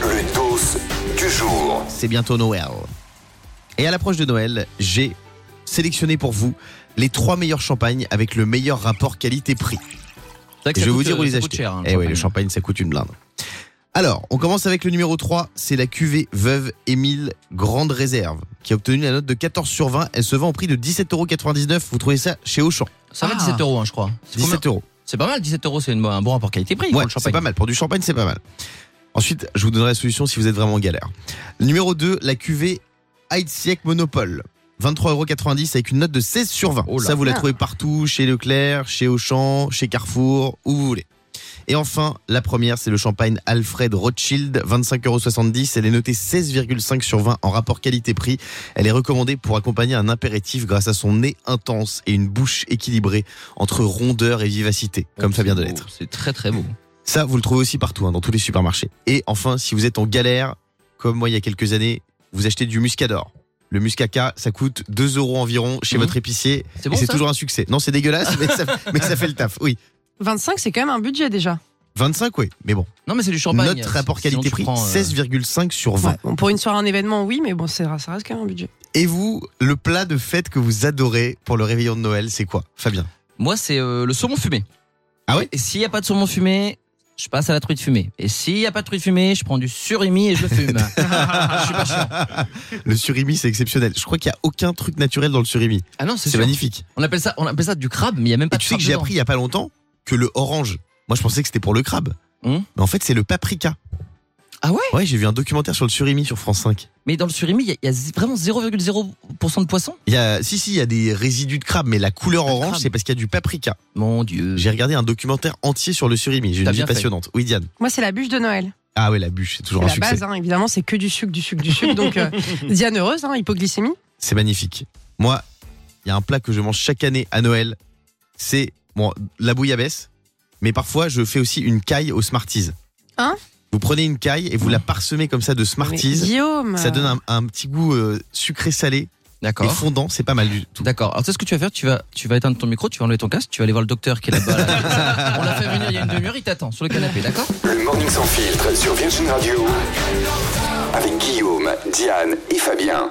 Le dos du jour. c'est bientôt Noël. Et à l'approche de Noël, j'ai sélectionné pour vous les trois meilleurs champagnes avec le meilleur rapport qualité-prix. C'est vrai que Et ça je vais vous coûte, dire où euh, les ça coûte acheter. cher, hein, eh oui, le champagne, ça coûte une blinde. Alors, on commence avec le numéro 3, c'est la cuvée Veuve Émile Grande Réserve, qui a obtenu la note de 14 sur 20. Elle se vend au prix de 17,99€. Vous trouvez ça chez Auchan Ça va Ah. 17 euros, hein, je crois. C'est combien 17 euros. C'est pas mal, 17 euros, c'est une- un bon rapport qualité-prix. pour Ouais, le c'est champagne. pas mal. Pour du champagne, c'est pas mal. Ensuite, je vous donnerai la solution si vous êtes vraiment en galère. Numéro 2, la cuvée Heidsiek Monopole. 23,90€ avec une note de 16 sur 20. Oh là. Ça, vous la trouvez partout, chez Leclerc, chez Auchan, chez Carrefour, où vous voulez. Et enfin, la première, c'est le champagne Alfred Rothschild, 25,70€. Elle est notée 16,5 sur 20 en rapport qualité-prix. Elle est recommandée pour accompagner un apéritif grâce à son nez intense et une bouche équilibrée entre rondeur et vivacité, comme Oh, ça vient de c'est l'être. beau, C'est très très beau. Ça, vous le trouvez aussi partout, hein, dans tous les supermarchés. Et enfin, si vous êtes en galère, comme moi il y a quelques années, vous achetez du muscador. Le muscaca, ça coûte 2 euros environ chez Mhm. votre épicier. C'est et bon c'est ça toujours un succès. Non, c'est dégueulasse, mais ça, mais ça fait le taf. Oui. 25, c'est quand même un budget déjà. 25, oui. Mais bon, Non mais c'est du champagne. notre rapport Sinon, tu qualité-prix, prends, euh, 16,5 sur 20. Bon, pour une soirée, un événement, oui, mais bon, c'est- ça reste quand même un budget. Et vous, le plat de fête que vous adorez pour le réveillon de Noël, c'est quoi, Fabien Moi c'est euh, le saumon fumé. Ah ouais Et s'il n'y a pas de saumon fumé, je passe à la truite fumée. Et s'il n'y a pas de truite fumée, je prends du surimi et je le fume. je suis pas chiant. Le surimi, c'est exceptionnel. Je crois qu'il n'y a aucun truc naturel dans le surimi. Ah non, C'est sûr. magnifique. On appelle ça, on appelle ça du crabe, mais il n'y a même pas Et de tu sais que crabe j'ai dedans. appris il y a pas longtemps que le orange, moi je pensais que c'était pour le crabe, Hum. mais en fait c'est le paprika. Ah ouais Ouais, j'ai vu un documentaire sur le surimi sur France 5. Mais dans le surimi, il y a- il y, a z- vraiment 0,0% de poisson. Il y a, si si, il y a des résidus de crabe, mais la couleur Ah, orange crabe. c'est parce qu'il y a du paprika. Mon Dieu. J'ai regardé un documentaire entier sur le surimi. J'ai une T'as vie bien fait. passionnante. Oui Diane. Moi, c'est la bûche de Noël. Ah ouais, la bûche, c'est C'est toujours un la succès. base, hein, évidemment, c'est que du sucre, du sucre, du sucre. Donc, euh, Diane heureuse, hein, hypoglycémie. C'est magnifique. Moi, il y a un plat que je mange chaque année à Noël. C'est bon, la bouillabaisse, mais parfois je fais aussi une caille aux Smarties. Hein Vous prenez une caille et vous la parsemez comme ça de Mais Smarties. Guillaume. Ça donne un, un petit goût euh, sucré-salé et D'accord. fondant, c'est pas mal du tout. D'accord. Alors, tu sais ce que tu vas faire Tu vas, tu vas éteindre ton micro, tu vas enlever ton casque, tu vas aller voir le docteur qui est là-bas. là. On l'a fait venir il y a une demi-heure, il t'attend sur le canapé, d'accord Le morning sans filtre sur Virgin Radio. Avec Guillaume, Diane et Fabien.